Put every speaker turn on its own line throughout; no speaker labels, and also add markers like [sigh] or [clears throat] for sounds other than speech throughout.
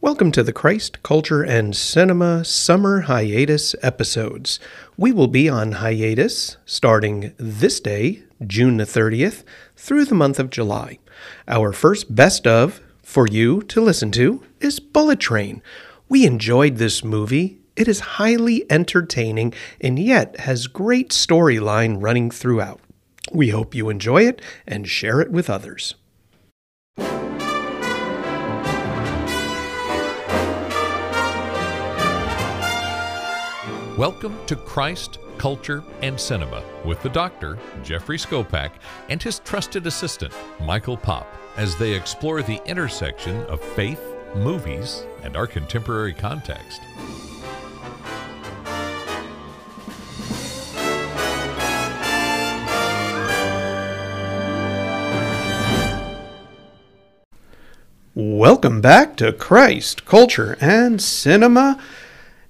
Welcome to the Christ, Culture, and Cinema Summer Hiatus episodes. We will be on hiatus starting this day, June the 30th, through the month of July. Our first best of for you to listen to is Bullet Train. We enjoyed this movie. It is highly entertaining and yet has great storyline running throughout. We hope you enjoy it and share it with others.
Welcome to Christ, Culture, and Cinema with the doctor, Jeffrey Skopak, and his trusted assistant, Michael Pop, as they explore the intersection of faith, movies, and our contemporary context.
Welcome back to Christ, Culture, and Cinema.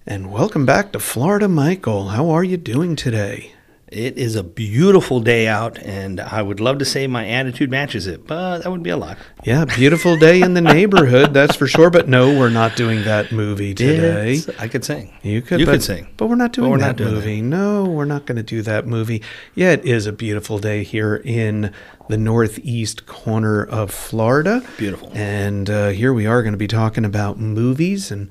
And welcome back to Florida, Michael. How are you doing today?
It is a beautiful day out, and I would love to say my attitude matches it, but that would be a lot.
Yeah, beautiful day in the neighborhood, that's for sure. But no, we're not doing that movie today.
It's- I could sing.
You could,
You
but,
could sing.
but we're not doing
we're
that
not doing
movie. No, we're not going to do that movie. Yeah, it is a beautiful day here in the northeast corner of Florida.
Beautiful.
And uh, here we are going to be talking about movies, and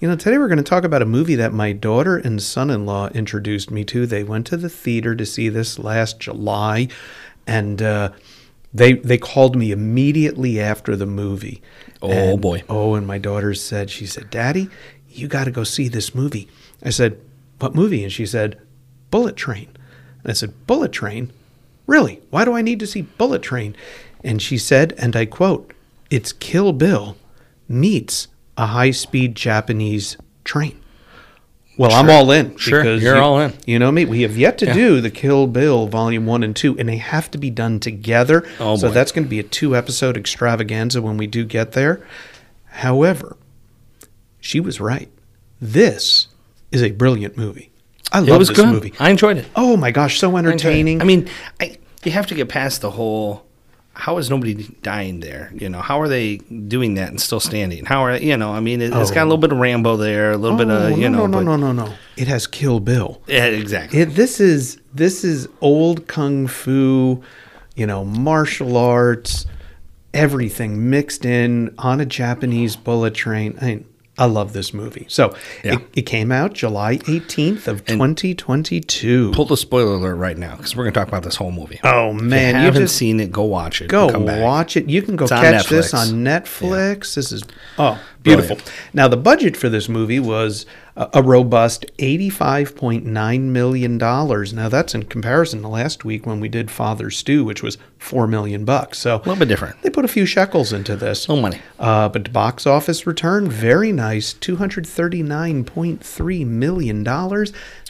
you know, today we're going to talk about a movie that my daughter and son-in-law introduced me to. They went to the theater to see this last July, and uh, they they called me immediately after the movie.
Oh,
And-
boy.
Oh, and my daughter said, she said, Daddy, you got to go see this movie. I said, What movie? And she said, Bullet Train. And I said, Bullet Train? Really? Why do I need to see Bullet Train? And she said, and I quote, It's Kill Bill meets a high speed Japanese train. Well, I'm all in.
Sure, you're
you-
all in.
You know me. We have yet to do the Kill Bill Volume One and Two, and they have to be done together.
Oh,
so
boy.
that's going to be a two-episode extravaganza when we do get there. However, she was right. This is a brilliant movie. I
It
love
was
this
good.
movie.
I enjoyed it.
Oh my gosh, so
I enjoyed it.
entertaining.
I mean, I, you have to get past the whole how is nobody dying there? You know, how are they doing that and still standing? How are, you know, I mean, it, it's got a little bit of Rambo there, a little bit
Oh,
of, you
no,
know.
no,
but-
no, no, no, no. It has Kill Bill.
Yeah, exactly.
It, this is this is old kung fu, you know, martial arts, everything mixed in on a Japanese bullet train. I mean, I love this movie. So
Yeah.
it, it came out July 18th of 2022.
Pull the spoiler alert right now because we're going to talk about this whole movie.
oh
if
man,
you
you
haven't
just
seen it, go watch it.
go
and come back.
watch it. You can go
It's on
catch this on
Netflix.
Netflix. This is oh beautiful.
Brilliant.
Now the budget for this movie was a, a robust eighty-five point nine million dollars. Now that's in comparison to last week when we did Father Stew, which was four million bucks. So
A little bit different.
they put a few shekels into this.
No money.
Uh, but the box office return, very nice, $239.3 million.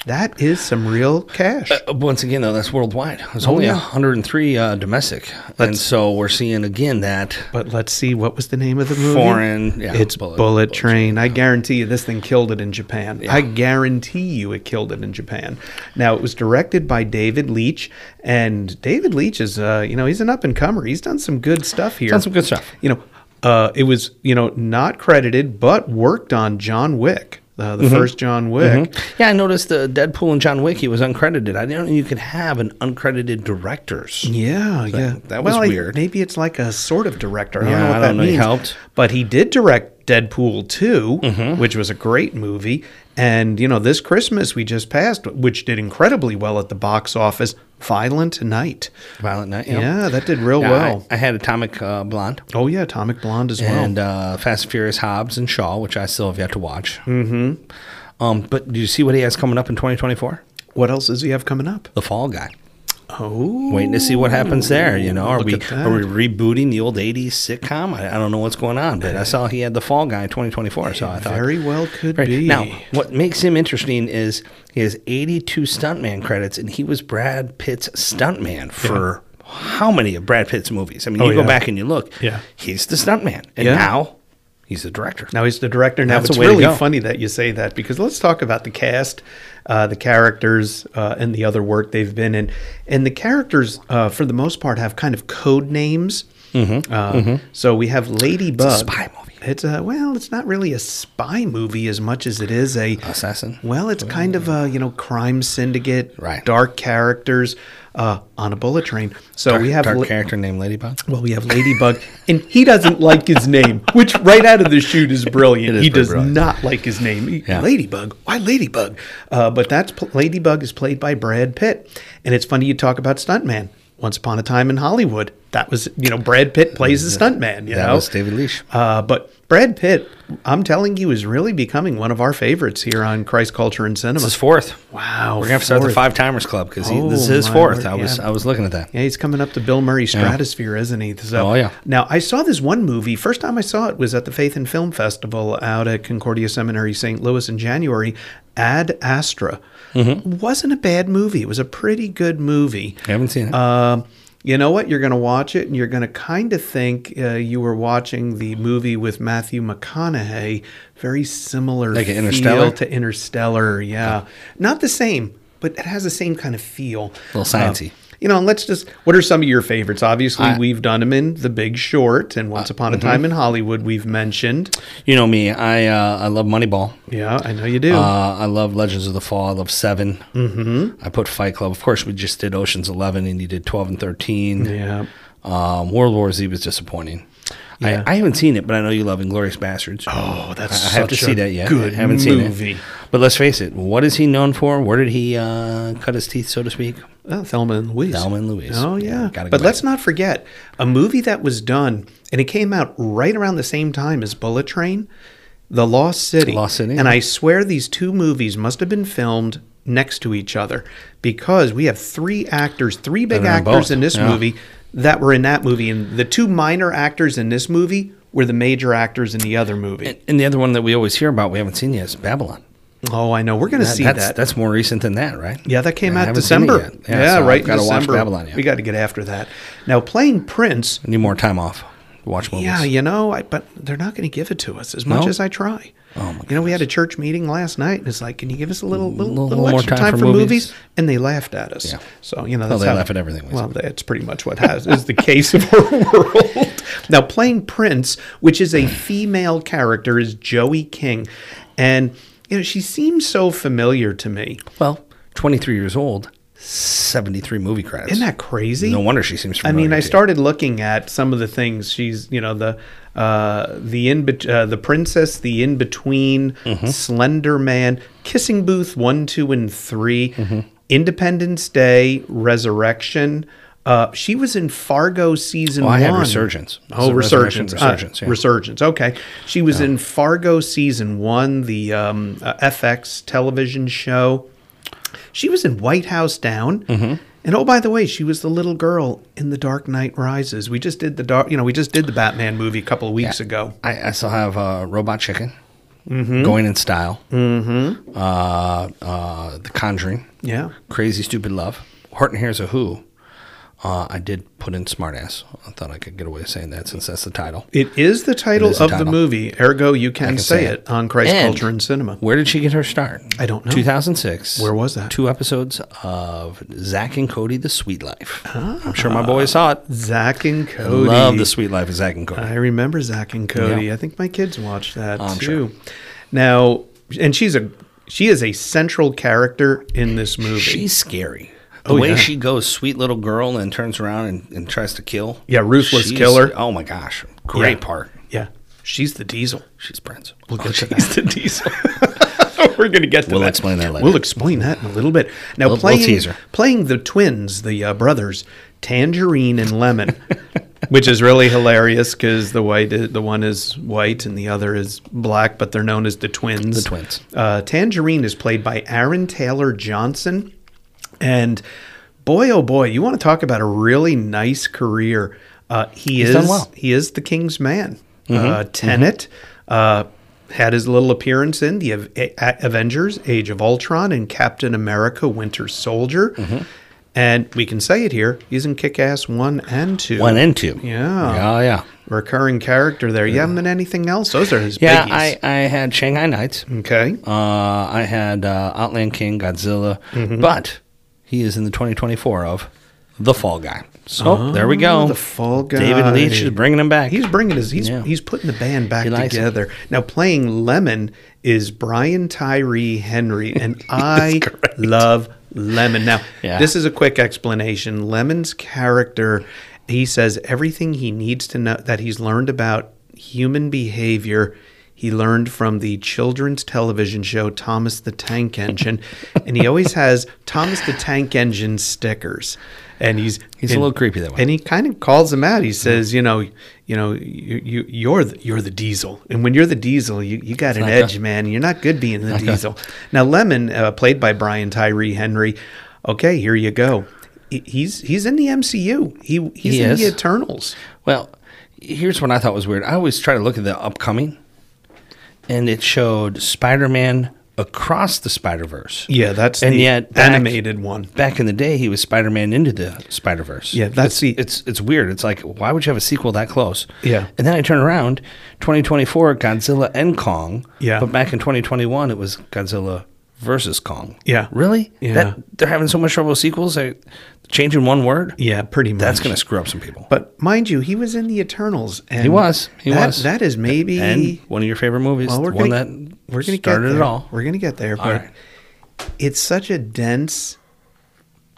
That is some real cash.
Uh, Once again, though, that's worldwide. There's only
Oh, yeah.
103 uh, domestic, and so we're seeing again that
But let's see, what was the name of the movie?
Foreign, yeah,
it's Bullet,
Bullet- Bullet
Train. I guarantee you, this thing killed it in Japan. I guarantee you, it killed it in Japan. Now, it was directed by David Leitch, and David Leitch is, uh, you know, he's an up and comer. He's done some good stuff here.
done some good stuff.
You know, uh, it was, you know, not credited, but worked on John Wick, uh,
Mm-hmm.
the first John Wick.
Yeah, I noticed the Deadpool and John Wick. He was uncredited. I didn't know you could have an uncredited directors.
Yeah, yeah.
that was
Well, I-
weird.
maybe it's like a sort of director. I don't
Yeah,
know what
I
that
don't know. He
means.
helped. Mm-hmm.
But he did direct Deadpool 2, which was a great movie. And, you know, this Christmas we just passed, which did incredibly well at the box office, Violent Night.
Violent Night. you know?
Yeah, that did real
Yeah, I-
well.
I, had Atomic uh, Blonde
oh, yeah, Atomic Blonde as well.
and uh, Fast and Furious Hobbs and Shaw, which I still have yet to watch. Mm-hmm. Um, but do you see what he has coming up in 2024?
what else does he have coming up?
The Fall Guy.
Oh,
Waiting to see what happens there. You know, are
Look
we
at that.
are we rebooting the old '80s sitcom? I, I don't know what's going on, but I saw he had the Fall Guy 2024. So I thought
very well could
Right.
be.
Now, what makes him interesting is he has 82 stuntman credits, and he was Brad Pitt's stuntman for how many of Brad Pitt's movies? I mean,
Oh,
you go
yeah.
back and you look.
Yeah.
he's the stuntman, and
Yeah.
now he's the director.
Now he's the director. Now
That's
it's
a way to
really
go.
funny that you say that because let's talk about the cast, uh, the characters, uh, and the other work they've been in. And the characters, uh, for the
Mm-hmm.
most part, have kind of code names. Uh, Um, So we have Ladybug.
spy movie.
It's a well, it's not really a spy movie as much as it is a
Assassin.
Well, it's kind of a you know crime syndicate,
Right.
Dark characters uh, on a bullet train. So we have
dark
li-
character named Ladybug.
well, we have Ladybug, and he doesn't like his name, which right out of the shoot is brilliant.
It is
he
pretty
does
brilliant.
not like his name. He-
Yeah.
Ladybug, why Ladybug? Uh, but that's pl- Ladybug is played by Brad Pitt, and it's funny you talk about stuntman. Once upon a time in Hollywood, that was you know Brad Pitt plays the stuntman. You
That
know,
was David Leitch.
Uh, but Brad Pitt, I'm telling you, is really becoming one of our favorites here on Christ Culture and Cinema.
This is fourth.
wow,
We're gonna have to start the
fourth.
five timers club because
Oh,
this is his
my
fourth.
word,
I was
yeah.
I was looking at that.
Yeah, he's coming up to Bill Murray stratosphere, isn't he? So,
Oh, yeah.
Now, I saw this one movie. First time I saw it was at the Faith and Film Festival out at Concordia Seminary, St. Louis in January. Ad Astra.
Mm-hmm.
Wasn't a bad movie. It was a pretty good movie.
I haven't seen it.
Um, you know what? You're going to watch it, and you're going to kind of think uh, you were watching the movie with Matthew McConaughey. Very similar,
Like an Interstellar?
feel to Interstellar. Yeah, not the same, but it has the same kind of feel. Uh,
Little sciencey.
you know, and let's just. What are some of your favorites? Obviously,
I- Uh, mm-hmm.
we've done them in The Big Short and Once Upon a Time in Hollywood. We've mentioned.
you know me. I uh, I love Moneyball.
Yeah, I know you do.
Uh, I love Legends of the Fall. I love 7 Mm-hmm. I put Fight Club. Of course, we just did Ocean's Eleven, and you did Twelve and Thirteen.
yeah,
Um, World War Z was disappointing.
Yeah.
I, I haven't seen it, but I know you love Inglorious Bastards.
Oh, that's
I have to
such
see
a
that yet.
good
I haven't seen
movie.
it. But let's face it, what is he known for? Where did he uh, cut his teeth, so to speak?
Oh, Thelma and Louise.
Thelma and Louise.
Oh
Yeah,
yeah.
gotta go
but
back.
let's not forget a movie that was done and it came out right around the same time as Bullet Train, The Lost City.
Lost City,
And
yeah.
I swear these two movies must have been filmed next to each other because we have three actors, three big
That are in
actors
both,
in this
yeah.
movie that were in that movie and the two minor actors in this movie were the major actors in the other movie.
And, and the other one that we always hear about, we haven't seen yet, is Babylon.
oh, I know. We're going to
That-
see
that's,
that.
That's more recent than that, right?
Yeah, that came
I
out
haven't seen it
December.
yet.
Yeah,
so I've
right. in
gotta
December.
Watch Babylon. Yeah.
We got to get after that. Now, playing Prince.
I need more time off. to Watch movies.
Yeah, you know, I, but they're not going to give it to us as much
No?
as I try.
Oh, my
you know, we had a church meeting last night, and it's like, can you give us a little, little,
Little-
little,
little more
extra
time
time,
for
for movies?
movies?
And they laughed at us.
Yeah.
So you know, that's
they
how-
laugh at everything we
Well, that's pretty much what has is the case of our [laughs] world. Now, playing Prince, which
[clears throat]
is a female character, is Joey King, and you know, she seems so familiar to me.
Well, 23 years old, 73 movie credits.
Isn't that crazy?
No wonder she seems
I
familiar.
mean, I
to you.
started looking at some of the things she's, you know, the uh, the in bet- uh, the princess, the in between,
Mm-hmm.
Slender Man, Kissing Booth one, two, and 3
Mm-hmm.
Independence Day, Resurrection. Uh, she was in Fargo season
Well, I
one.
had Resurgence.
Oh,
So Resurrection,
Resurgence.
Resurgence,
uh,
yeah.
Resurgence. Okay, she was in Fargo season one, the um, uh, FX television show. She was in White House Down.
Mm-hmm.
And oh, by the way, she was the little girl in The Dark Knight Rises. We just did the dark, you know, we just did the Batman movie a couple of weeks ago.
I, I still have uh, Robot Chicken, Going in Style, mm-hmm. uh, uh, The Conjuring,
Yeah.
Crazy Stupid Love, Horton Hears a Who. Uh, I did put in Smartass. I thought I could get away with saying that since that's the title.
It is the title
is the
of the
title.
movie. Ergo, you can, say,
say
it. on Christ
And-
Culture and Cinema.
Where did she get her start?
I don't know.
2006.
Where was that?
Two episodes of Zach and Cody: The Sweet Life.
Ah.
I'm sure my boys saw it.
Zach and Cody.
Love The Sweet Life of Zach and Cody.
I remember Zach and Cody.
Yeah.
I think my kids watched that
I'm
too. Now, and she's a she is a central character in this movie.
She's scary. The
Oh,
way
yeah.
she goes, sweet little girl, and turns around and, and tries to kill.
Yeah, ruthless killer.
Oh my gosh, great
Yeah.
part.
yeah, she's the diesel.
She's Prince.
Oh, she's the diesel. [laughs] We're gonna get to
We'll
that.
explain that later.
We'll explain that in a little bit. Now,
We'll- we'll
playing
tease her.
playing the twins, the uh, brothers, Tangerine and Lemon, [laughs] which is really hilarious because the white the one is white and the other is black, but they're known as the twins.
The twins.
Uh, Tangerine is played by Aaron Taylor Johnson, and boy, oh boy, you want to talk about a really nice career. Uh, he is
done well.
he is the king's
Mm-hmm.
man. Uh, Tenet uh, had his little appearance in the Av- A- A- Avengers: Age of Ultron and Captain America: Winter Soldier.
Mm-hmm.
And we can say it here. He's in Kick-Ass one and two.
One and two.
Yeah.
Yeah. Yeah.
Recurring character there. You haven't been anything else. Those are his
Yeah.
biggies.
I, I had Shanghai Nights.
okay.
Uh, I had uh,
Mm-hmm.
Outland King, Godzilla, but he is in the 2024 of The Fall Guy. So there we go.
the Fall Guy.
David Leach is bringing him back.
He's bringing his he's
Yeah.
he's putting the band back
He likes it.
together. Now playing Lemon is Brian Tyree
[laughs]
Henry and I love Lemon. Now,
Yeah.
this is a quick explanation. Lemon's character, he says everything he needs to know that he's learned about human behavior he learned from the children's television show Thomas the Tank
[laughs]
Engine, and he always has Thomas the Tank Engine stickers. And he's
He's a
and-
little creepy that way.
and he kind of calls him out. He
Mm-hmm.
says, you know, you know, you, you you're the, you're the diesel, and when you're the diesel, you, you got an edge, man. You're not good being the diesel. Now, Lemon, uh, played by Brian Tyree Henry. Okay, here you go. He- He's he's in the MCU. He he's
He
in the
is.
Eternals.
Well, here's what I thought was weird. I always try to look at the upcoming, and it showed Spider Man across the Spider Verse.
Yeah, that's
And
the
yet back-
animated one.
Back in the day, he was Spider Man into the Spider Verse.
Yeah, that's the
It's it's weird. It's like why would you have a sequel that close?
Yeah.
And then I turn around, 2024 Godzilla and Kong.
Yeah.
But back in 2021 it was Godzilla versus Kong.
Yeah.
Really?
Yeah.
That, they're having so much trouble with sequels. They're changing one word.
yeah, pretty much.
That's going to screw up some people.
But mind you, he was in the Eternals, and
He was. He
that-
was.
That is maybe
and one of your favorite movies.
Well,
the
we're
one
gonna,
that
we're gonna
started
get there.
it all.
We're gonna get there, but
right.
it's such a dense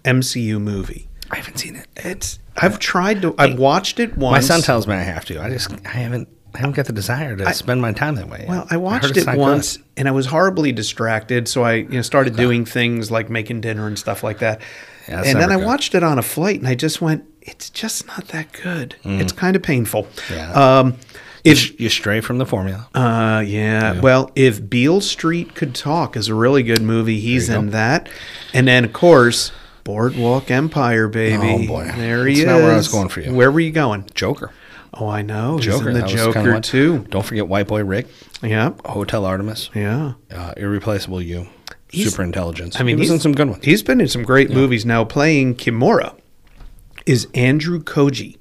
MCU movie.
I haven't seen it.
It's I've tried to I've watched it
My
once.
son tells me I have to. I just I haven't I haven't got the desire to spend my time that way.
well, I
heard
watched
it's
it
not good.
once and I was horribly distracted, so I you know started doing things like making dinner and stuff like that.
Yeah, that's
and then
never
I
good.
watched it on a flight and I just went, it's just not that good. It's kind of painful.
Mm. Yeah.
Um if,
You stray from the formula.
Uh, yeah. Well, if Beale Street Could Talk is a really good movie, he's in that. And then, of course, Boardwalk Empire, baby.
Oh, boy.
There he
That's
is.
not where I was going for you.
Where were you going?
Joker.
Oh, I know. Joker.
Joker.
He's in the
that was kinda
Joker,
one.
too.
Don't forget White Boy Rick,
Yeah.
Hotel Artemis,
Yeah.
uh, Irreplaceable You,
He's-
Super Intelligence.
I mean,
he was
he's-
in some good ones.
He's been in some great movies. Now, playing Kimura is Andrew Koji.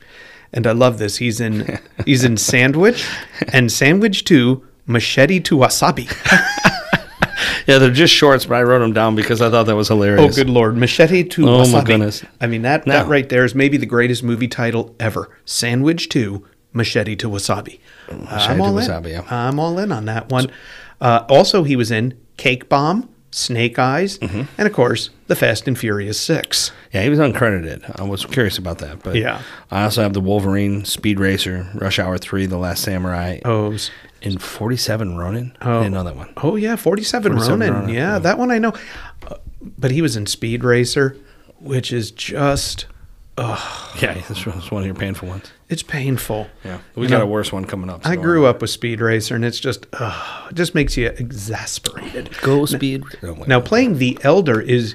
And I love this. He's
[laughs]
in he's in Sandwich and Sandwich 2, Machete to Wasabi.
Yeah, they're just shorts, but I wrote them down because I thought that was
Oh,
hilarious.
good lord, machete to
Oh,
wasabi.
my goodness.
I mean that that
No.
right there is maybe the greatest movie title ever. Sandwich to machete to wasabi.
Mm, Machete
I'm
to
all
Wasabi,
in.
yeah.
I'm all in on that one. Uh, also, he was in Cake Bomb, Snake Eyes,
Mm-hmm.
and of course the Fast and Furious Six.
Yeah, he was uncredited. I was curious about that, but
Yeah.
I also have the Wolverine, Speed Racer, Rush Hour Three, The Last Samurai,
Oh, s-
and Forty Seven Ronin. I didn't know
[laughs]
that one.
oh yeah, forty-seven,
47
Ronin.
Ronin,
Yeah, that one I know. Uh, but he was in Speed Racer, which is just
Yeah, this was one of your painful ones.
it's painful.
Yeah, we
You
got
know,
a worse one coming up. uh,
I grew up with Speed Racer, and it's just, uh, it just makes you exasperated.
Go Speed. No, Oh, wait.
Now, playing the elder is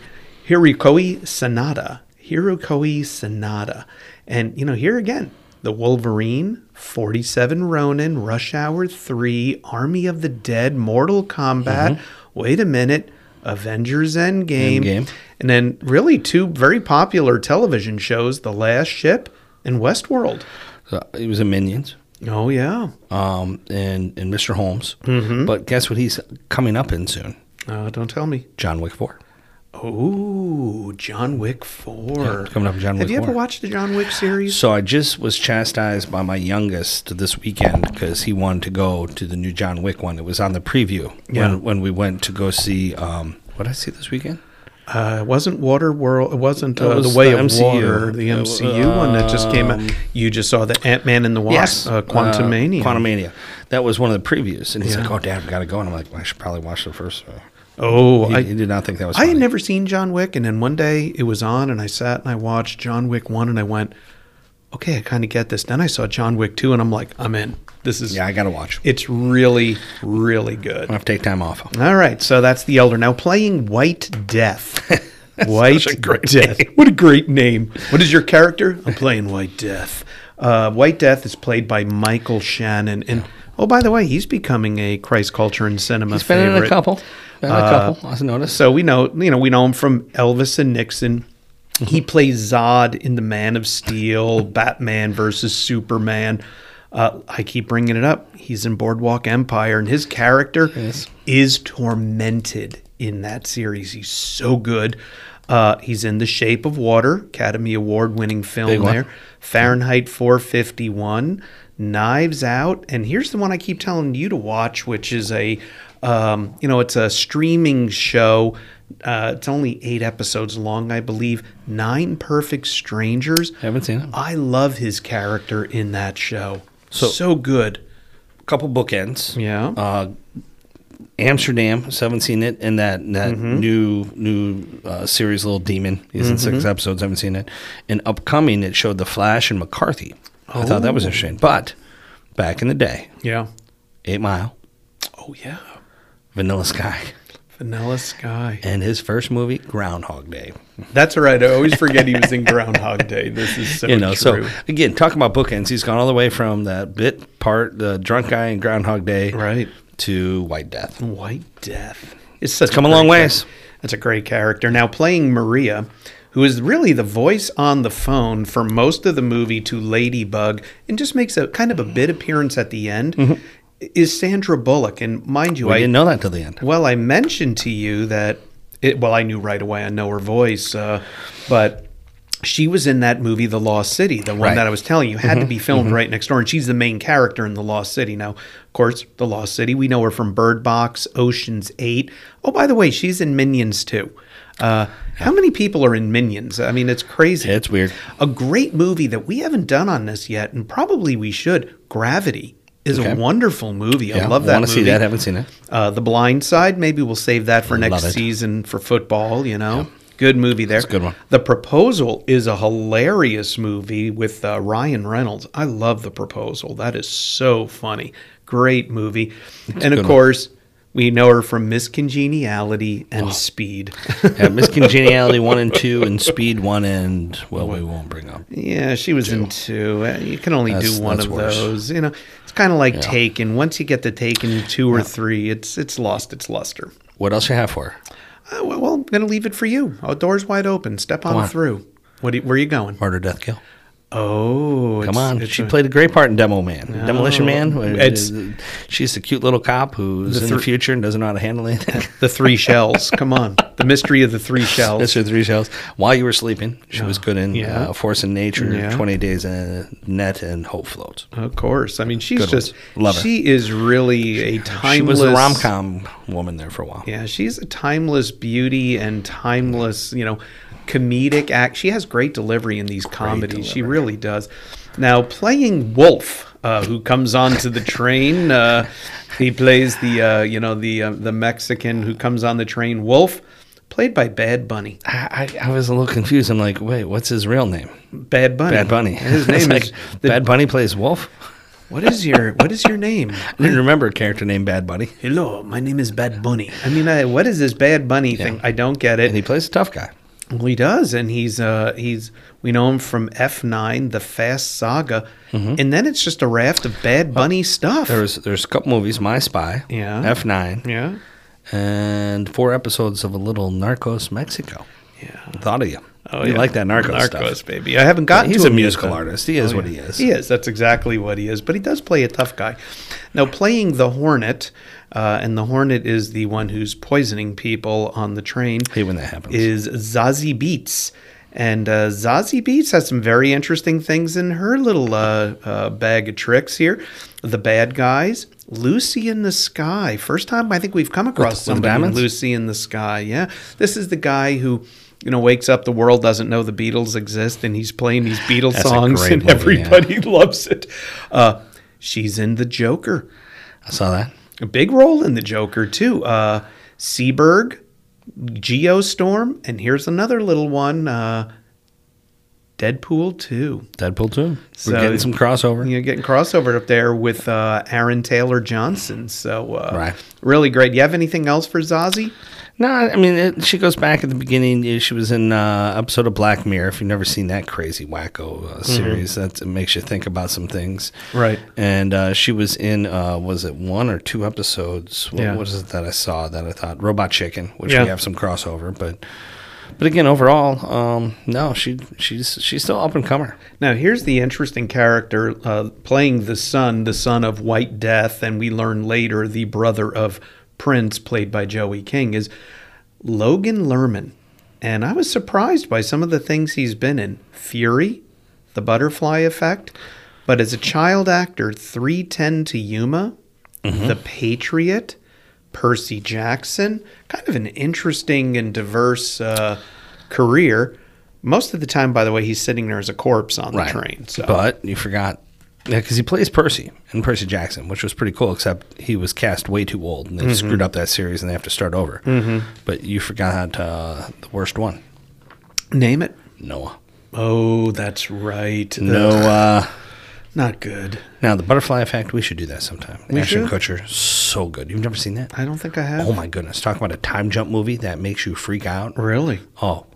Hirokoi Sanada. Hirokoi Sanada. And, you know, here again, the Wolverine, 47 Ronin, Rush Hour 3, Army of the Dead, Mortal Kombat. Wait a minute. Avengers Endgame.
Mm-hmm. Endgame.
And then, really, two very popular television shows The Last Ship and Westworld.
So, uh, it was in Minions.
Oh, yeah.
um, and and Mr. Holmes.
Mm-hmm.
But guess what? He's coming up in soon.
Uh, don't tell me.
John Wick Four.
Oh, John Wick Four.
it's coming up, John
Have
Wick
you ever
4.
watched the John Wick series?
So I just was chastised by my youngest this weekend because he wanted to go to the new John Wick one. It was on the preview
Yeah.
when when we went to go see. Um, what did I see this weekend?
Uh, it wasn't Water World. It wasn't uh,
It was
the Way
the
of
MCU.
Water. The
It
MCU one that just came out. You just saw the Ant Man and the Wasp. um, Uh, Quantum Mania.
Quantum Mania. That was one of the previews, and he's
Yeah.
like, "Oh, Dad, we got to go." And I'm like, well, "I should probably watch the first one."
Oh,
He,
I,
he did not think that was.
I had
funny.
never seen John Wick, and then one day it was on, and I sat and I watched John Wick one, and I went, okay, I kind of get this. Then I saw John Wick two, and I'm like, I'm in. This is.
Yeah, I got to watch.
It's really, really good.
I have to take time off.
All right, so that's the Elder. Now playing White Death.
[laughs]
White Death. What a great name. What is your
[laughs]
character? I'm playing White Death. Uh, White Death is played by Michael Shannon. And oh, by the way, he's becoming a Christ Culture and Cinema
He's been
favorite. uh,
in a couple. Been in a couple. I've noticed.
So we know, you know, we know him from Elvis and Nixon.
Mm-hmm.
He plays Zod in The Man of Steel,
[laughs]
Batman versus Superman. Uh, I keep bringing it up. He's in Boardwalk Empire, and his character is tormented in that series. He's so good. Uh, he's in The Shape of Water, Academy Award winning film
Big one.
there. Fahrenheit 451, Knives Out, and here's the one I keep telling you to watch, which is a, um, you know, it's a streaming show. Uh, it's only eight episodes long, I believe. Nine Perfect Strangers.
Haven't seen it.
I love his character in that show. So, so good.
couple bookends.
Yeah.
Uh, Amsterdam, so haven't seen it, and that that
Mm-hmm.
new new uh, series, Little Demon. He's in
Mm-hmm.
six episodes. Haven't seen it. And upcoming, it showed The Flash and McCarthy. I thought
Oh.
that was interesting. But back in the day,
yeah.
Eight Mile,
Oh, yeah.
Vanilla Sky,
Vanilla Sky.
and his first movie, Groundhog Day.
That's all right. I always forget he was in Groundhog Day. This is so
you know,
true.
so again, talking about bookends, he's gone all the way from that bit part, the drunk guy in Groundhog Day,
Right.
to White Death.
White Death. It's such
come a
great
long
char-
ways.
That's a great character. Now playing Maria, who is really the voice on the phone for most of the movie to Ladybug, and just makes a kind of a bit appearance at the end, is Sandra Bullock. And mind you,
Mm-hmm. We
I
didn't know that till the end.
Well, I mentioned to you that it, well, I knew right away. I know her voice, uh, but she was in that movie, The Lost City, the one
Right. Mm-hmm.
that I was telling you had to be filmed right next door, and she's the main character in The Lost City. Now, of course, The Lost City, we know her from Bird Box, Ocean's Eight. Oh, by the way, she's in Minions too. Uh, how many people are in Minions? I mean, it's crazy.
It's weird.
A great movie that we haven't done on this yet, and probably we should. Gravity is
Okay.
a wonderful movie. I
Yeah,
love that.
wanna see
movie.
that, haven't seen it.
Uh, the Blind Side. Maybe we'll save that for next
it.
season for football. You know, good movie there.
a good one.
The Proposal is a hilarious movie with uh, Ryan Reynolds. I love The Proposal. That is so funny. Great movie. and of course, we know her from Miss Congeniality and Speed. [laughs]
Yeah, Miss Congeniality one and two, and Speed one and well, we won't bring up.
Yeah, she was in two. Uh, You can only
That's-
do one
that's
of
worse.
those. You know, it's kind of like Taken. Once you get to Taken two or three, it's it's lost its luster.
What else you have for? her?
Uh, well, well, I'm going to leave it for you. Oh, door's wide open. Step on,
on.
through. What? do you- where are you going?
Murder, death, kill.
Oh, it's-
Come on,
it's
she
a-
played a great part in Demo Man, Demolition Man. where
It's-
she's the cute little cop who's in the
thr-
future and doesn't know how to handle anything.
the three shells. Come on, the mystery of the
[laughs]
three shells.
Mister Three Shells. While you were sleeping, she was good in
Yeah.
uh, Force in Nature,
Yeah.
Twenty Days in a Net, and Hope Floats.
Of course. I mean, she's
Good one.
just.
Love her.
She is really a timeless.
She was the rom com woman there for a while.
Yeah, she's a timeless beauty and timeless, you know, comedic act. She has great delivery in these comedies. She really does. Now, playing Wolf, uh, who comes onto the train, uh, he plays the, uh, you know, the uh, the Mexican who comes on the train. Wolf, played by Bad Bunny.
I, I, I was a little confused. I'm like, wait, what's his real name?
Bad Bunny.
Bad
[laughs]
Bunny.
His
[laughs] It's
name
like,
is the-
Bad Bunny plays Wolf.
What is your What is your
[laughs]
name?
I didn't remember a character named Bad Bunny,
Hello, my name is Bad Bunny. I mean, I, what is this Bad Bunny thing? I don't get it.
and he plays a tough guy.
Well, he does, and he's uh he's we know him from F nine, the Fast Saga,
Mm-hmm.
and then it's just a raft of Bad Bunny stuff.
There's there's a couple movies, My Spy,
Yeah.
F nine,
yeah,
and four episodes of a little Narcos Mexico.
yeah. Oh,
Thought of you. you like that Narcos,
Narcos,
stuff.
baby. I haven't gotten.
He's
to
a
him yet,
musical
though.
artist. He is
Oh,
what
yeah.
he is.
He is. That's exactly what he is. But he does play a tough guy. Now, playing the Hornet, uh, and the Hornet is the one who's poisoning people on the train.
Hate when that happens.
Is Zazie Beats. And uh, Zazie Beats has some very interesting things in her little uh, uh, bag of tricks here. The bad guys, Lucy in the Sky. First time I think we've come across
with the
somebody, in
diamonds?
Lucy in the Sky. Yeah. This is the guy who. You know, wakes up, the world doesn't know the Beatles exist, and he's playing these Beatles
a
songs,
great
and
movie,
everybody [laughs] loves it. Uh, she's in The Joker,
I saw that.
a big role in The Joker, too. Uh, Seberg, Geostorm, and here's another little one uh, Deadpool 2.
Deadpool too.
So-
We're getting some crossover.
You're getting crossover up there with uh, Aaron Taylor Johnson. So, uh,
Right.
really great. You have anything else for Zazie?
No, I mean it, she goes back at the beginning. eh, She was in uh, episode of Black Mirror. If you've never seen that crazy wacko uh, series, that it makes you think about some things.
Right.
And uh, she was in uh, was it one or two episodes? What
Yeah.
was it that I saw that I thought Robot Chicken, which
Yeah.
we have some crossover, but but again overall, um, no, she she's she's still up and comer.
Now, here's the interesting character uh, playing the son, the son of White Death, and we learn later the brother of Prince, played by Joey King, is Logan Lerman. and I was surprised by some of the things he's been in. Fury, The Butterfly Effect, but as a child actor, 310 to Yuma,
Mm-hmm.
The Patriot, Percy Jackson, kind of an interesting and diverse uh, career. Most of the time, by the way, he's sitting there as a corpse on the train. So
But you forgot. Yeah, because he plays Percy and Percy Jackson, which was pretty cool, except he was cast way too old and they
Mm-hmm.
screwed up that series and they have to start over. Mm-hmm. But you forgot uh, the worst one
name it.
Noah.
Oh, that's right. Ugh,
Noah.
not good.
Now, the butterfly effect, we should do that sometime. Ashton
should.
Kutcher, so good. You've never seen that?
I don't think I have.
Oh my goodness. Talk about a time jump movie that makes you freak out.
Really?
Oh,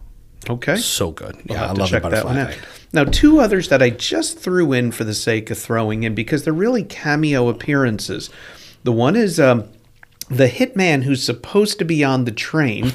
Okay.
so good.
We'll
yeah, I
have to
love the
check that
butterfly
one out.
effect.
Now, two others that I just threw in for the sake of throwing in because they're really cameo appearances. The one is um, the hitman who's supposed to be on the
[laughs]
train,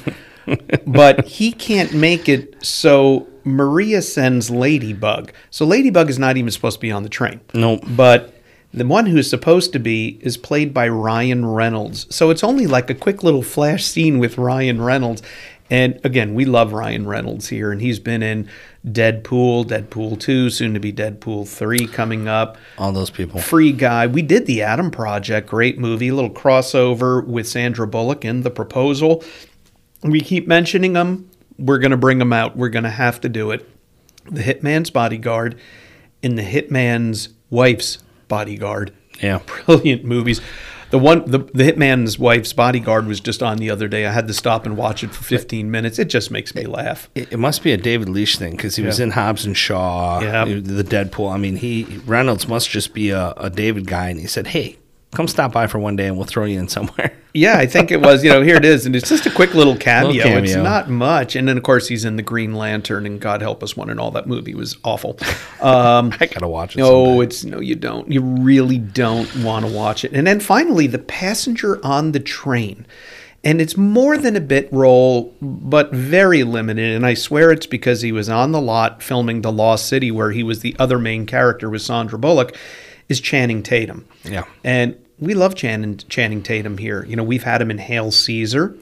but he can't make it, so Maria sends Ladybug. So Ladybug is not even supposed to be on the train.
Nope.
But the one who's supposed to be is played by Ryan Reynolds. So it's only like a quick little flash scene with Ryan Reynolds. And again, we love Ryan Reynolds here, and he's been in Deadpool, Deadpool 2, soon to be Deadpool 3 coming up.
All those people.
Free Guy. We did the Adam Project, great movie, little crossover with Sandra Bullock in The Proposal. We keep mentioning them. We're going to bring them out. We're going to have to do it. The Hitman's Bodyguard and The Hitman's Wife's Bodyguard. [laughs]
Yeah.
Brilliant movies. The one the, the Hitman's Wife's Bodyguard was just on the other day. I had to stop and watch it for 15 minutes. It just makes me laugh.
It, it must be a David Leash thing because he was
Yeah.
in Hobbs and Shaw,
Yeah.
he- the Deadpool. I mean, he Reynolds must just be a, a David guy, and he said, "Hey, come stop by for one day, and we'll throw you in somewhere." [laughs]
Yeah, I think it was. You know, here it is, and it's just a quick little cameo.
Little cameo.
It's not much, and then of course he's in the Green Lantern, and God help us one, and all that movie was awful. Um,
I gotta watch it.
no,
someday.
it's no, you don't. You really don't want to watch it. And then finally, the passenger on the train. And it's more than a bit role, but very limited. And I swear it's because he was on the lot filming The Lost City, where he was the other main character with Sandra Bullock, is Channing Tatum.
Yeah.
And we love Channing, Channing Tatum here. You know, we've had him in Hail Caesar.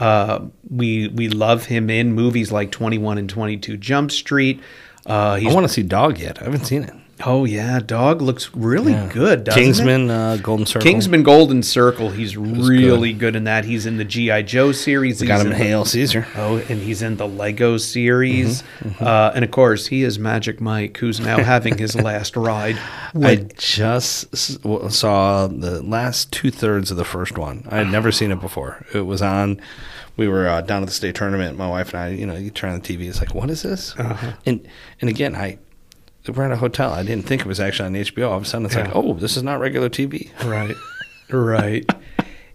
Uh, we we love him in movies like 21 and 22 Jump Street. Uh,
I
he's,
want to see Dog yet. I haven't seen it.
oh yeah, dog looks really good. Doesn't It?
Kingsman, uh, Golden Circle.
Kingsman Golden Circle. He's really good. in that. He's in the GI Joe series.
got
He's
him in
in the-
Hail Caesar.
Oh, and he's in the Lego series,
Mm-hmm.
Uh, and of course he is Magic Mike, who's now having his last ride.
[laughs] I
With,
just s- w- saw the last two thirds of the first one. I had never seen it before. It was on. We were uh, down at the state tournament. My wife and I, you know, you turn on the TV. It's like, what is this? And and again, I we're at a hotel. I didn't think it was actually on HBO. All of a sudden, it's like, oh, this is not regular TV.
right, right.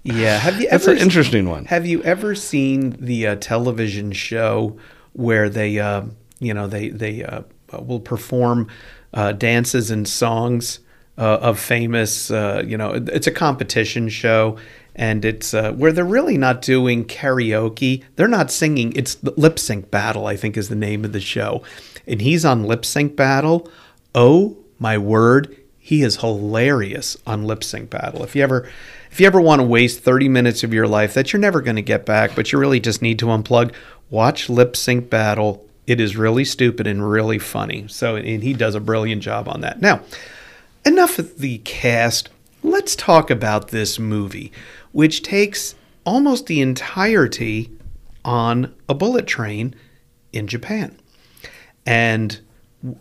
Yeah. Have you
That's
ever
an interesting one.
Have you ever seen the uh, television show where they, uh, you know, they they uh, will perform uh, dances and songs uh, of famous, uh, you know, it's a competition show, and it's uh, where they're really not doing karaoke. They're not singing. It's the lip sync battle. I think is the name of the show, and he's on lip sync battle. Oh my word! He is hilarious on lip sync battle. If you ever if you ever want to waste 30 minutes of your life that you're never going to get back, but you really just need to unplug, watch lip sync battle. It is really stupid and really funny. So and he does a brilliant job on that. Now, enough of the cast. Let's talk about this movie, which takes almost the entirety on a bullet train in Japan. And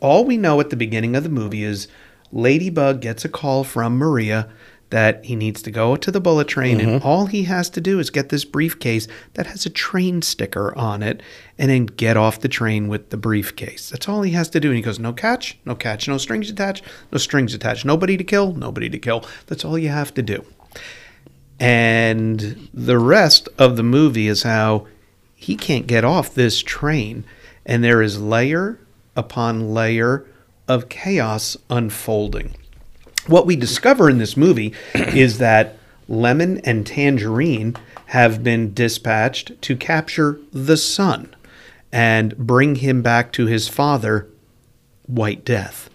all we know at the beginning of the movie is Ladybug gets a call from Maria that he needs to go to the bullet train, and all he has to do is get this briefcase that has a train sticker on it and then get off the train with the briefcase. That's all he has to do. And he goes, No catch, no catch, no strings attached, no strings attached, nobody to kill, nobody to kill. That's all you have to do. And the rest of the movie is how he can't get off this train. And there is layer upon layer of chaos unfolding. What we discover in this movie [coughs] is that Lemon and Tangerine have been dispatched to capture the son and bring him back to his father, White Death.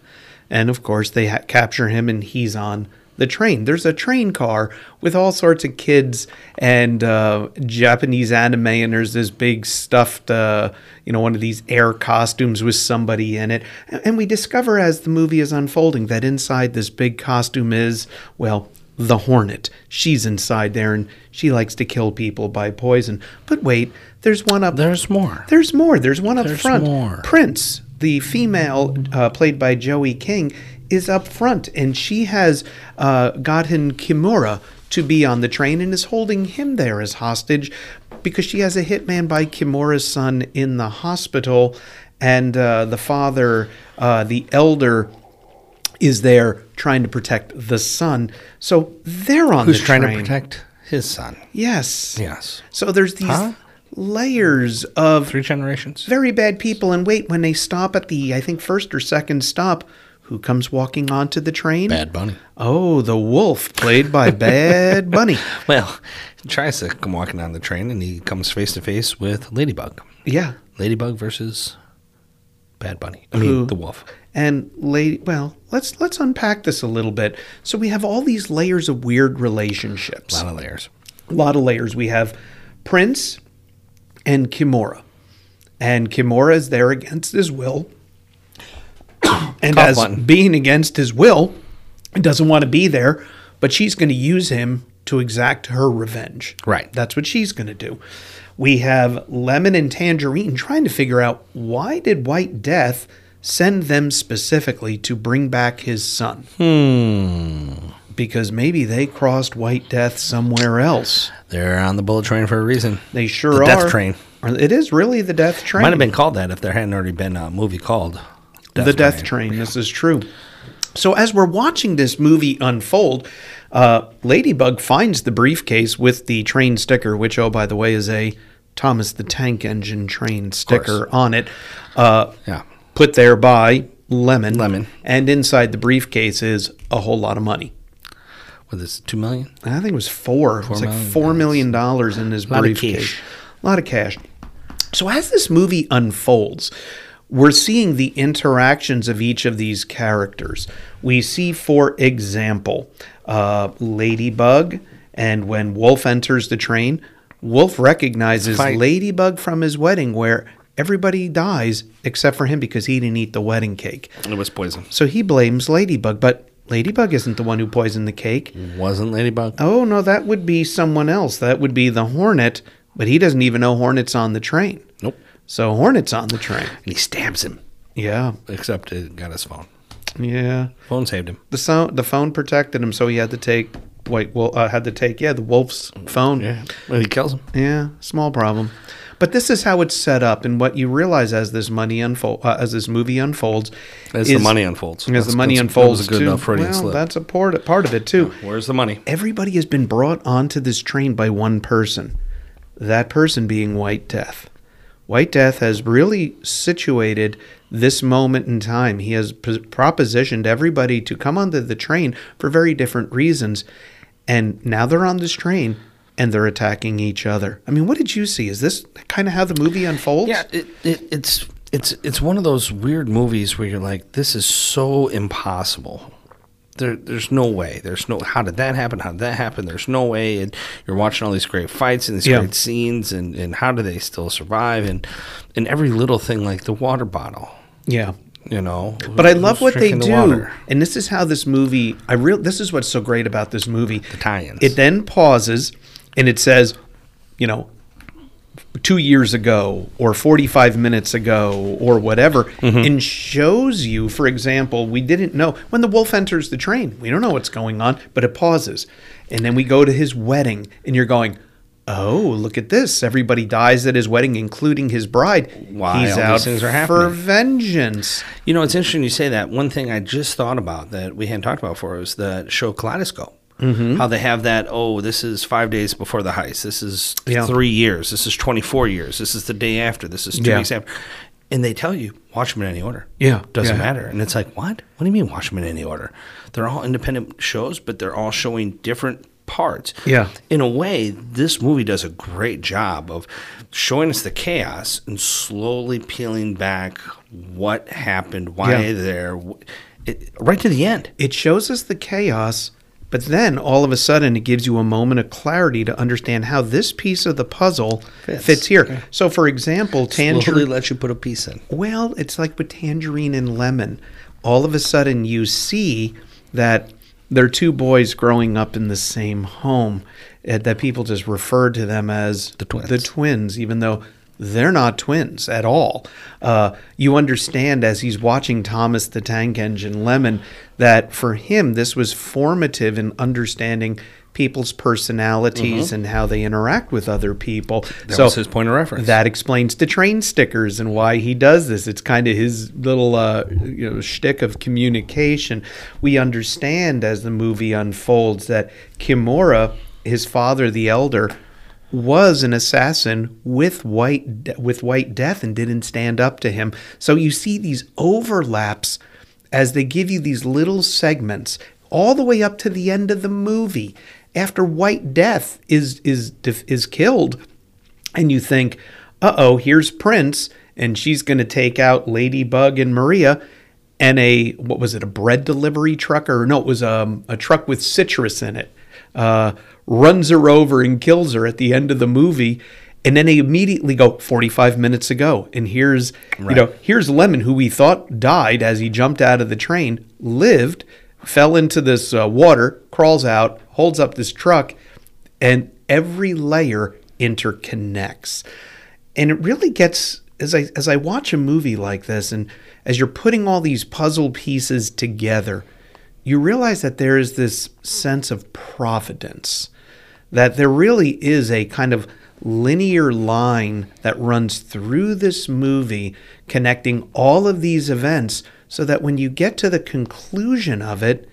And of course, they ha- capture him and he's on the train. There's a train car with all sorts of kids and uh, Japanese anime, and there's this big stuffed, uh, you know, one of these air costumes with somebody in it. A- And we discover as the movie is unfolding that inside this big costume is, well, the Hornet. She's inside there and she likes to kill people by poison. But wait, there's one up
There's more.
there's more. There's one up
There's
front.
more.
Prince, the female uh, played by Joey King, is up front, and she has uh, gotten Kimura to be on the train and is holding him there as hostage because she has a hitman by Kimura's son in the hospital, and uh, the father, uh, the elder. Is there trying to protect the son? So they're on
Who's
the
trying
train.
to protect his son?
Yes.
Yes.
So there's these
Huh?
layers of
Three generations.
very bad people and wait when they stop at the i think first or second stop who comes walking onto the train
Bad Bunny.
oh the wolf played by bad bunny
Well, he tries to come walking on the train, and he comes face to face with Ladybug.
yeah
Ladybug versus Bad Bunny. I mean,
Who-
the wolf.
and lady well let's let's unpack this a little bit so we have all these layers of weird relationships
A lot of layers.
a lot of layers. We have Prince and Kimura. And Kimura is there against his will. [coughs] and
Cough
as
button.
being against his will, doesn't want to be there, but she's going to use him to exact her revenge.
Right.
That's what she's going to do. We have Lemon and Tangerine trying to figure out why did White Death send them specifically to bring back his son?
Hmm.
Because maybe they crossed White Death somewhere else.
They're on the bullet train for a reason.
They sure
The
are.
death train.
Or It is really the death train.
Might have been called that if there hadn't already been a movie called
the death train. This is true. So as we're watching this movie unfold, uh, Ladybug finds the briefcase with the train sticker, which oh by the way is a Thomas the Tank Engine train sticker on it. Uh,
Yeah.
Put there by Lemon.
Lemon.
And inside the briefcase is a whole lot of money.
With this two million.
I think it was four. It was like
million
four million dollars in his
Lot of
briefcase.
cash.
A lot of cash. So as this movie unfolds, we're seeing the interactions of each of these characters. We see, for example, uh, Ladybug, and when Wolf enters the train, Wolf recognizes
Fight.
Ladybug from his wedding, where everybody dies except for him because he didn't eat the wedding cake.
It was poison.
So he blames Ladybug, but Ladybug isn't the one who poisoned the cake.
Wasn't Ladybug.
Oh, no, that would be someone else. That would be the Hornet, but he doesn't even know Hornet's on the train.
Nope.
So Hornet's on the train.
And he stabs him.
Yeah.
Except it got his phone.
Yeah.
Phone saved him.
The sound, the phone protected him, so he had to take white wolf uh, had to take yeah the wolf's phone.
Well, he kills him.
Yeah, small problem. But this is how it's set up, and what you realize as this money unfold, uh, as this movie unfolds,
As the money unfolds.
as
That's-
the money
that's- that was
unfolds,
a good
too,
enough Freudian
well,
slip.
that's a part, part of it too.
Where's the money?
everybody has been brought onto this train by one person. That person being White Death. White Death has really situated this moment in time. He has pos- propositioned everybody to come onto the train for very different reasons. And now they're on this train and they're attacking each other. I mean, what did you see? Is this kind of how the movie unfolds?
Yeah, it, it, it's it's it's one of those weird movies where you're like, this is so impossible. There, there's no way. There's no. How did that happen? How did that happen? There's no way. And you're watching all these great fights and these
Yeah.
great scenes, and, and how do they still survive? And and every little thing like the water bottle,
Yeah.
you know.
But I
Who's
love what they
drinking the
do.
water?
And this is how this movie I real this is what's so great about this movie. The
tie-ins.
It then pauses and it says, you know, 2 years ago or 45 minutes ago or whatever
Mm-hmm.
and shows you for example, we didn't know when the wolf enters the train. We don't know what's going on, but it pauses. And then we go to his wedding and you're going Oh, look at this. Everybody dies at his wedding, including his bride.
Why all
He's
these
out
things are
for
happening.
vengeance.
You know, it's interesting you say that. One thing I just thought about that we hadn't talked about before was the show Kaleidoscope.
Mm-hmm.
How they have that, oh, this is five days before the heist. This is
Yeah.
three years. This is 24 years. This is the day after. This is two
Yeah.
weeks after. And they tell you, watch them in any order.
Yeah,
Doesn't
yeah.
matter. And it's like, what? What do you mean, watch them in any order? They're all independent shows, but they're all showing different parts.
Yeah.
In a way, this movie does a great job of showing us the chaos and slowly peeling back what happened, why
Yeah.
there, wh- it, right to the end.
it shows us the chaos But then all of a sudden, it gives you a moment of clarity to understand how this piece of the puzzle fits,
Fits.
here.
Okay.
So, for example,
Slowly
tangerine.
let you put a piece in.
Well, it's like with tangerine and lemon. All of a sudden, you see that they're two boys growing up in the same home, and that people just refer to them as the
twins.
The twins, even though they're not twins at all. Uh, you understand as he's watching Thomas the Tank Engine Lemon that for him, this was formative in understanding people's personalities and how they interact with other people.
Mm-hmm. That was his point of reference.
That explains the train stickers and why he does this. It's kind of his little uh, you know shtick of communication. We understand as the movie unfolds that Kimura, his father, the elder, was an assassin with white De- with White Death and didn't stand up to him. So you see these overlaps as they give you these little segments all the way up to the end of the movie. After White Death is is is killed, and you think, uh oh, here's Prince, and she's going to take out Ladybug and Maria. And a, what was it, a bread delivery truck? Or no, it was um, a truck with citrus in it, uh, runs her over and kills her at the end of the movie. And then they immediately go 45 minutes ago. And here's, you know, here's Lemon, who we thought died as he jumped out of the train, lived, fell into this uh, water, crawls out, holds up this truck, and every layer interconnects and it really gets as i as i watch a movie like this and as you're putting all these puzzle pieces together you realize that there is this sense of providence that there really is a kind of linear line that runs through this movie connecting all of these events so that when you get to the conclusion of it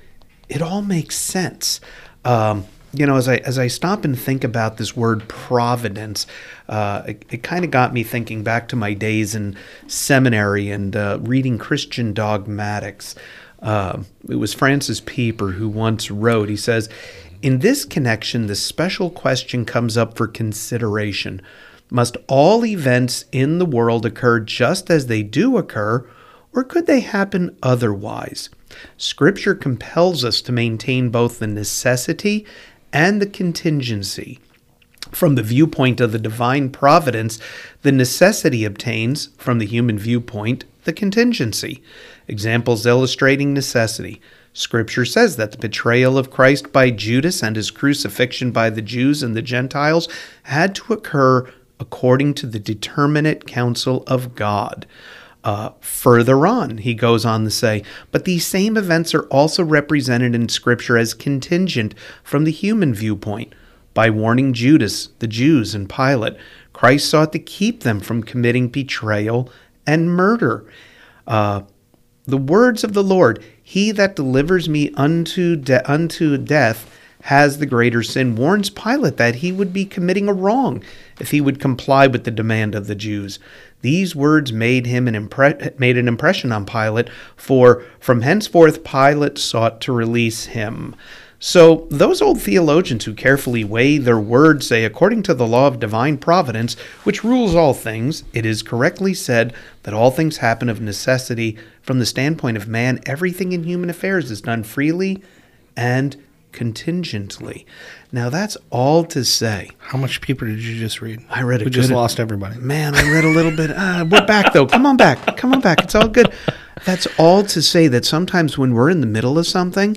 it all makes sense. Um, you know, as I as I stop and think about this word providence, uh, it, it kind of got me thinking back to my days in seminary and uh, reading Christian dogmatics. Um it was Francis Pieper who once wrote. He says, "In this connection, the special question comes up for consideration: Must all events in the world occur just as they do occur?" or could they happen otherwise? Scripture compels us to maintain both the necessity and the contingency. From the viewpoint of the divine providence, the necessity obtains, from the human viewpoint, the contingency. Examples illustrating necessity. Scripture says that the betrayal of Christ by Judas and his crucifixion by the Jews and the Gentiles had to occur according to the determinate counsel of God. Uh, further on, he goes on to say, but these same events are also represented in Scripture as contingent from the human viewpoint. By warning Judas, the Jews, and Pilate, Christ sought to keep them from committing betrayal and murder. Uh, the words of the Lord, he that delivers me unto de- unto death has the greater sin, warns Pilate that he would be committing a wrong if he would comply with the demand of the Jews. These words made him an impre- made an impression on Pilate, for from henceforth Pilate sought to release him. So, those old theologians who carefully weigh their words say, according to the law of divine providence, which rules all things, it is correctly said that all things happen of necessity. From the standpoint of man, everything in human affairs is done freely and contingently. Now, that's all to say.
How much paper did you just read?
I read a
We just
good-
lost everybody.
Man, I read a little bit. Uh, we're back though. Come on back. Come on back. It's all good. That's all to say that sometimes when we're in the middle of something,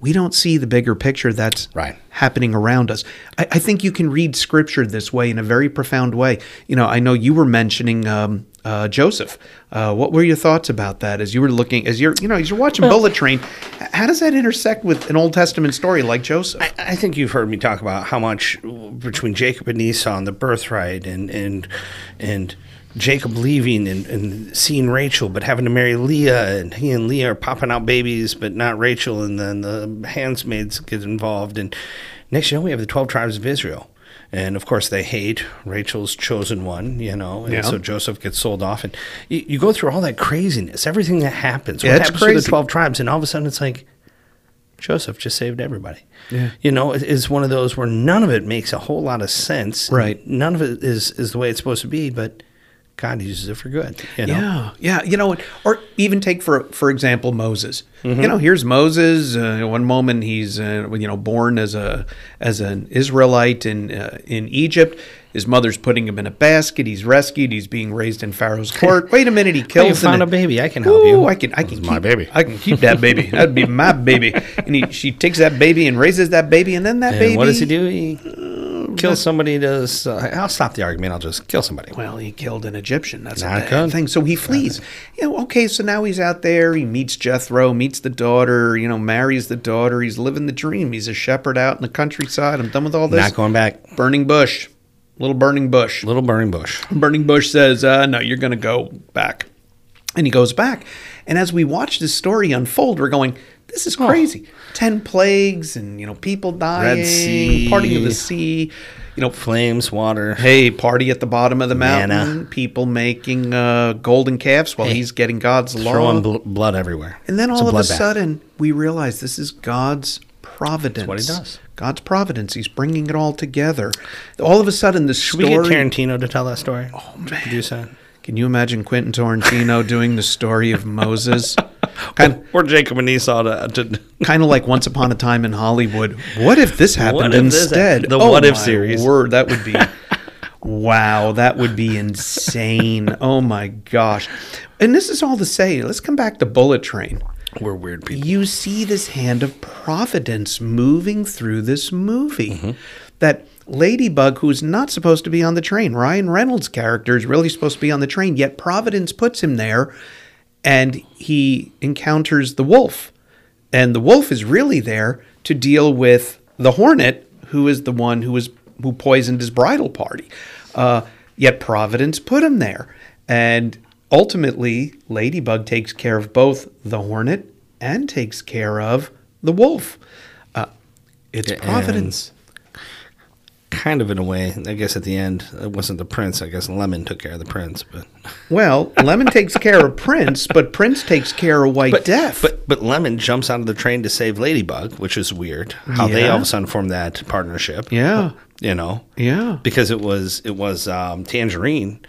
we don't see the bigger picture that's
Right.
happening around us. I, I think you can read scripture this way in a very profound way. You know, I know you were mentioning um, uh, Joseph. Uh, what were your thoughts about that as you were looking, as you're, you know, as you're watching Bullet Train? h- How does that intersect with an Old Testament story like Joseph?
I think you've heard me talk about how much between Jacob and Esau and the birthright and and and Jacob leaving and, and seeing Rachel but having to marry Leah and he and Leah are popping out babies but not Rachel and then the handsmaids get involved and next you know we have the twelve tribes of Israel. And of course, they hate Rachel's chosen one, you know. And
Yeah.
so Joseph gets sold off, and you, you go through all that craziness, everything that happens.
Yeah,
what
it's
happens to the
crazy.
twelve tribes? And all of a sudden, it's like, Joseph just saved everybody. You know, it- it's one of those where none of it makes a whole lot of sense.
Right.
None of it is, is the way it's supposed to be, but God uses it for good. You know?
Yeah, yeah. You know, or even take for for example Moses.
Mm-hmm.
You know, here's Moses. Uh, one moment he's uh, you know born as a as an Israelite in uh, in Egypt. His mother's putting him in a basket. He's rescued. He's being raised in
[laughs]
Pharao's court. Wait a minute, he
Hey,
kills.
you found a
an-
baby. I can help
Ooh,
you.
I can, I can keep
my baby.
I can keep that baby. That'd be my baby. And he, she takes that baby and raises that baby, and then that
and
baby. Uh,
what does he do? He kills somebody. Does uh, I'll stop the argument. I'll just kill somebody.
Well, he killed an Egyptian. That's
Not
a bad
good.
thing. So he flees. You know, okay, so now he's out there. He meets Jethro, meets the daughter, you know, marries the daughter. He's living the dream. He's a shepherd out in the countryside. I'm done with all this.
Not going back.
burning bush. Little burning bush.
Little burning bush.
Burning Bush says, uh, "No, you're going to go back," and he goes back. And as we watch this story unfold, we're going, "This is crazy! Ten plagues, and you know, people dying,
Sea.
parting of the sea, you know,
Flames, water.
hey, party at the bottom of the
Manna.
mountain, people making uh, golden calves while he's getting God's law."
[laughs] throwing bl- blood everywhere.
and then
It's
all of a
bloodbath.
sudden, we realize this is God's providence.
he does.
God's providence. He's bringing it all together. All of a sudden, the
Should
story.
we get Tarantino to tell that story? Oh man, produce that.
Can you imagine Quentin Tarantino doing the story of
[laughs]
Moses? Kind,
Or Jacob and Esau
[laughs]
to, to
kind of like Once Upon a Time in Hollywood. What if this happened
What if this
instead? Oh
hap- the what if
my
series.
Word, that
[laughs]
would be. wow, that would be insane. oh my gosh! And this is all to say. Let's come back to Bullet Train.
we're weird people.
You see this hand of providence moving through this movie.
Mm-hmm.
That Ladybug, who's not supposed to be on the train, Ryan Reynolds' character is really supposed to be on the train, yet Providence puts him there and he encounters the wolf. And the wolf is really there to deal with the hornet, who is the one who was who poisoned his bridal party. Uh, yet Providence put him there. And ultimately, Ladybug takes care of both the hornet and takes care of the wolf. Uh, it's
Yeah,
Providence.
Kind of in a way. I guess at the end it wasn't the prince. I guess Lemon took care of the prince, but
Well, Lemon takes care of Prince, but Prince takes care of White Death.
But but Lemon jumps out of the train to save Ladybug, which is weird. How they
Yeah.
all of a sudden formed that partnership.
Yeah.
You know.
Yeah.
Because it was it was um, Tangerine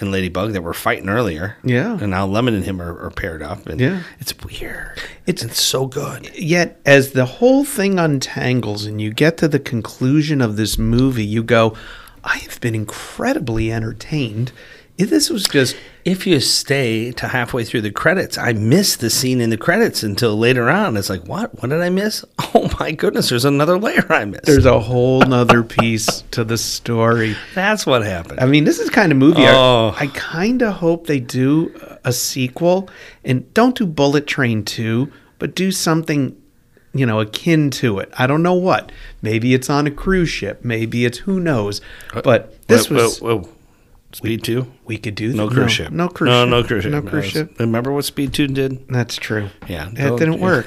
and Ladybug that were fighting earlier.
Yeah.
And now Lemon and him are, are paired up. And
Yeah.
It's weird.
It's-
it's so good.
yet as the whole thing untangles and you get to the conclusion of this movie you go i have been incredibly entertained If this was just
If you stay to halfway through the credits, I missed the scene in the credits until later on. It's like, what? What did I miss? [laughs] Oh my goodness, there's another layer I missed.
there's a whole nother piece to the story
That's what happened.
i mean this is kind of movie I-
Oh.
i, kind of hope they do a sequel and don't do bullet train 2 but do something you know akin to it i don't know what maybe it's on a cruise ship maybe it's who knows Uh, but this
Whoa,
was
whoa, whoa. Speed two.
we could do
No
th-
cruise ship.
No cruise
no,
ship.
No cruise ship.
No cruise ship.
Remember what Speed two did?
That's true.
Yeah,
That
don't-
didn't work.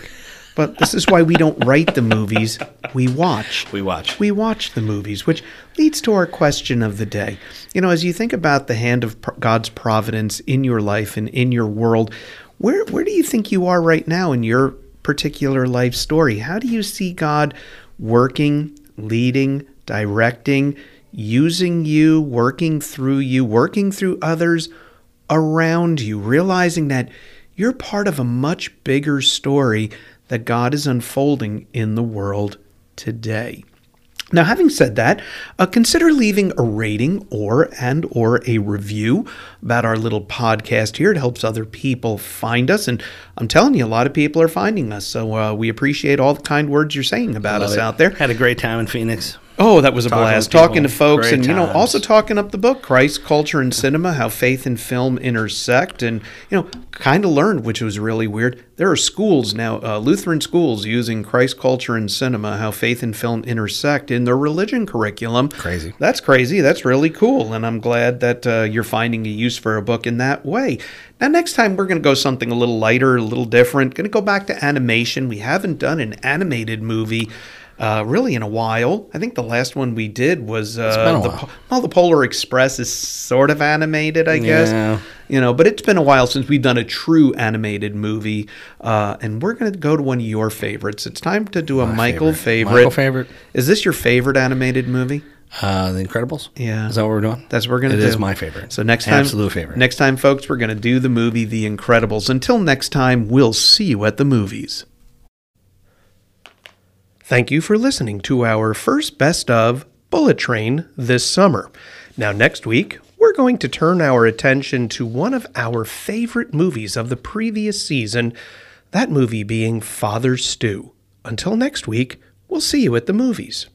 But this is why we don't write the movies. We watch.
We watch.
We watch the movies, which leads to our question of the day. You know, as you think about the hand of pro- God's providence in your life and in your world, where where do you think you are right now in your particular life story? How do you see God working, leading, directing, using you, working through you, working through others? around you, realizing that you're part of a much bigger story that God is unfolding in the world today. Now, having said that, uh, consider leaving a rating or and or a review about our little podcast here. It helps other people find us, and I'm telling you, a lot of people are finding us. So uh, we appreciate all the kind words you're saying about us
Love it.
out there.
Had a great time in Phoenix.
Oh, that was a
Talking
blast.
to people.
talking to folks
Great
and, you know,
times.
also talking up the book, Christ, Culture, and Cinema, How Faith and Film Intersect. And, you know, kind of learned, which was really weird. There are schools now, uh, Lutheran schools, using Christ, Culture, and Cinema, How Faith and Film Intersect in their religion curriculum.
Crazy.
That's crazy. That's really cool. And I'm glad that uh, you're finding a use for a book in that way. Now, next time, we're going to go something a little lighter, a little different. Going to go back to animation. We haven't done an animated movie. Uh, really, in a while. I think the last one we did was uh,
been a
the
while.
Po- well, the Polar Express is sort of animated, I guess.
Yeah.
You know, but it's been a while since we've done a true animated movie, uh, and we're going to go to one of your favorites. It's time to do a Michael favorite.
Michael favorite.
Is this your favorite animated movie?
Uh, the Incredibles.
Yeah.
is that what we're doing?
That's what we're gonna
It
do.
is my favorite.
So next time,
absolute favorite.
Next time, folks, we're gonna do the movie The Incredibles. Until next time, we'll see you at the movies. Thank you for listening to our first best of Bullet Train this summer. Now, next week, we're going to turn our attention to one of our favorite movies of the previous season, that movie being Father Stew. Until next week, we'll see you at the movies.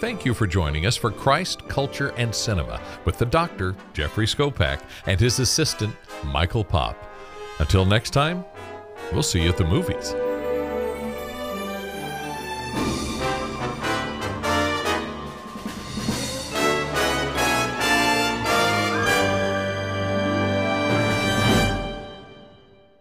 Thank you for joining us for Christ, Culture, and Cinema with the doctor, Jeffrey Skopak, and his assistant, Michael Pop. Until next time, we'll see you at the movies.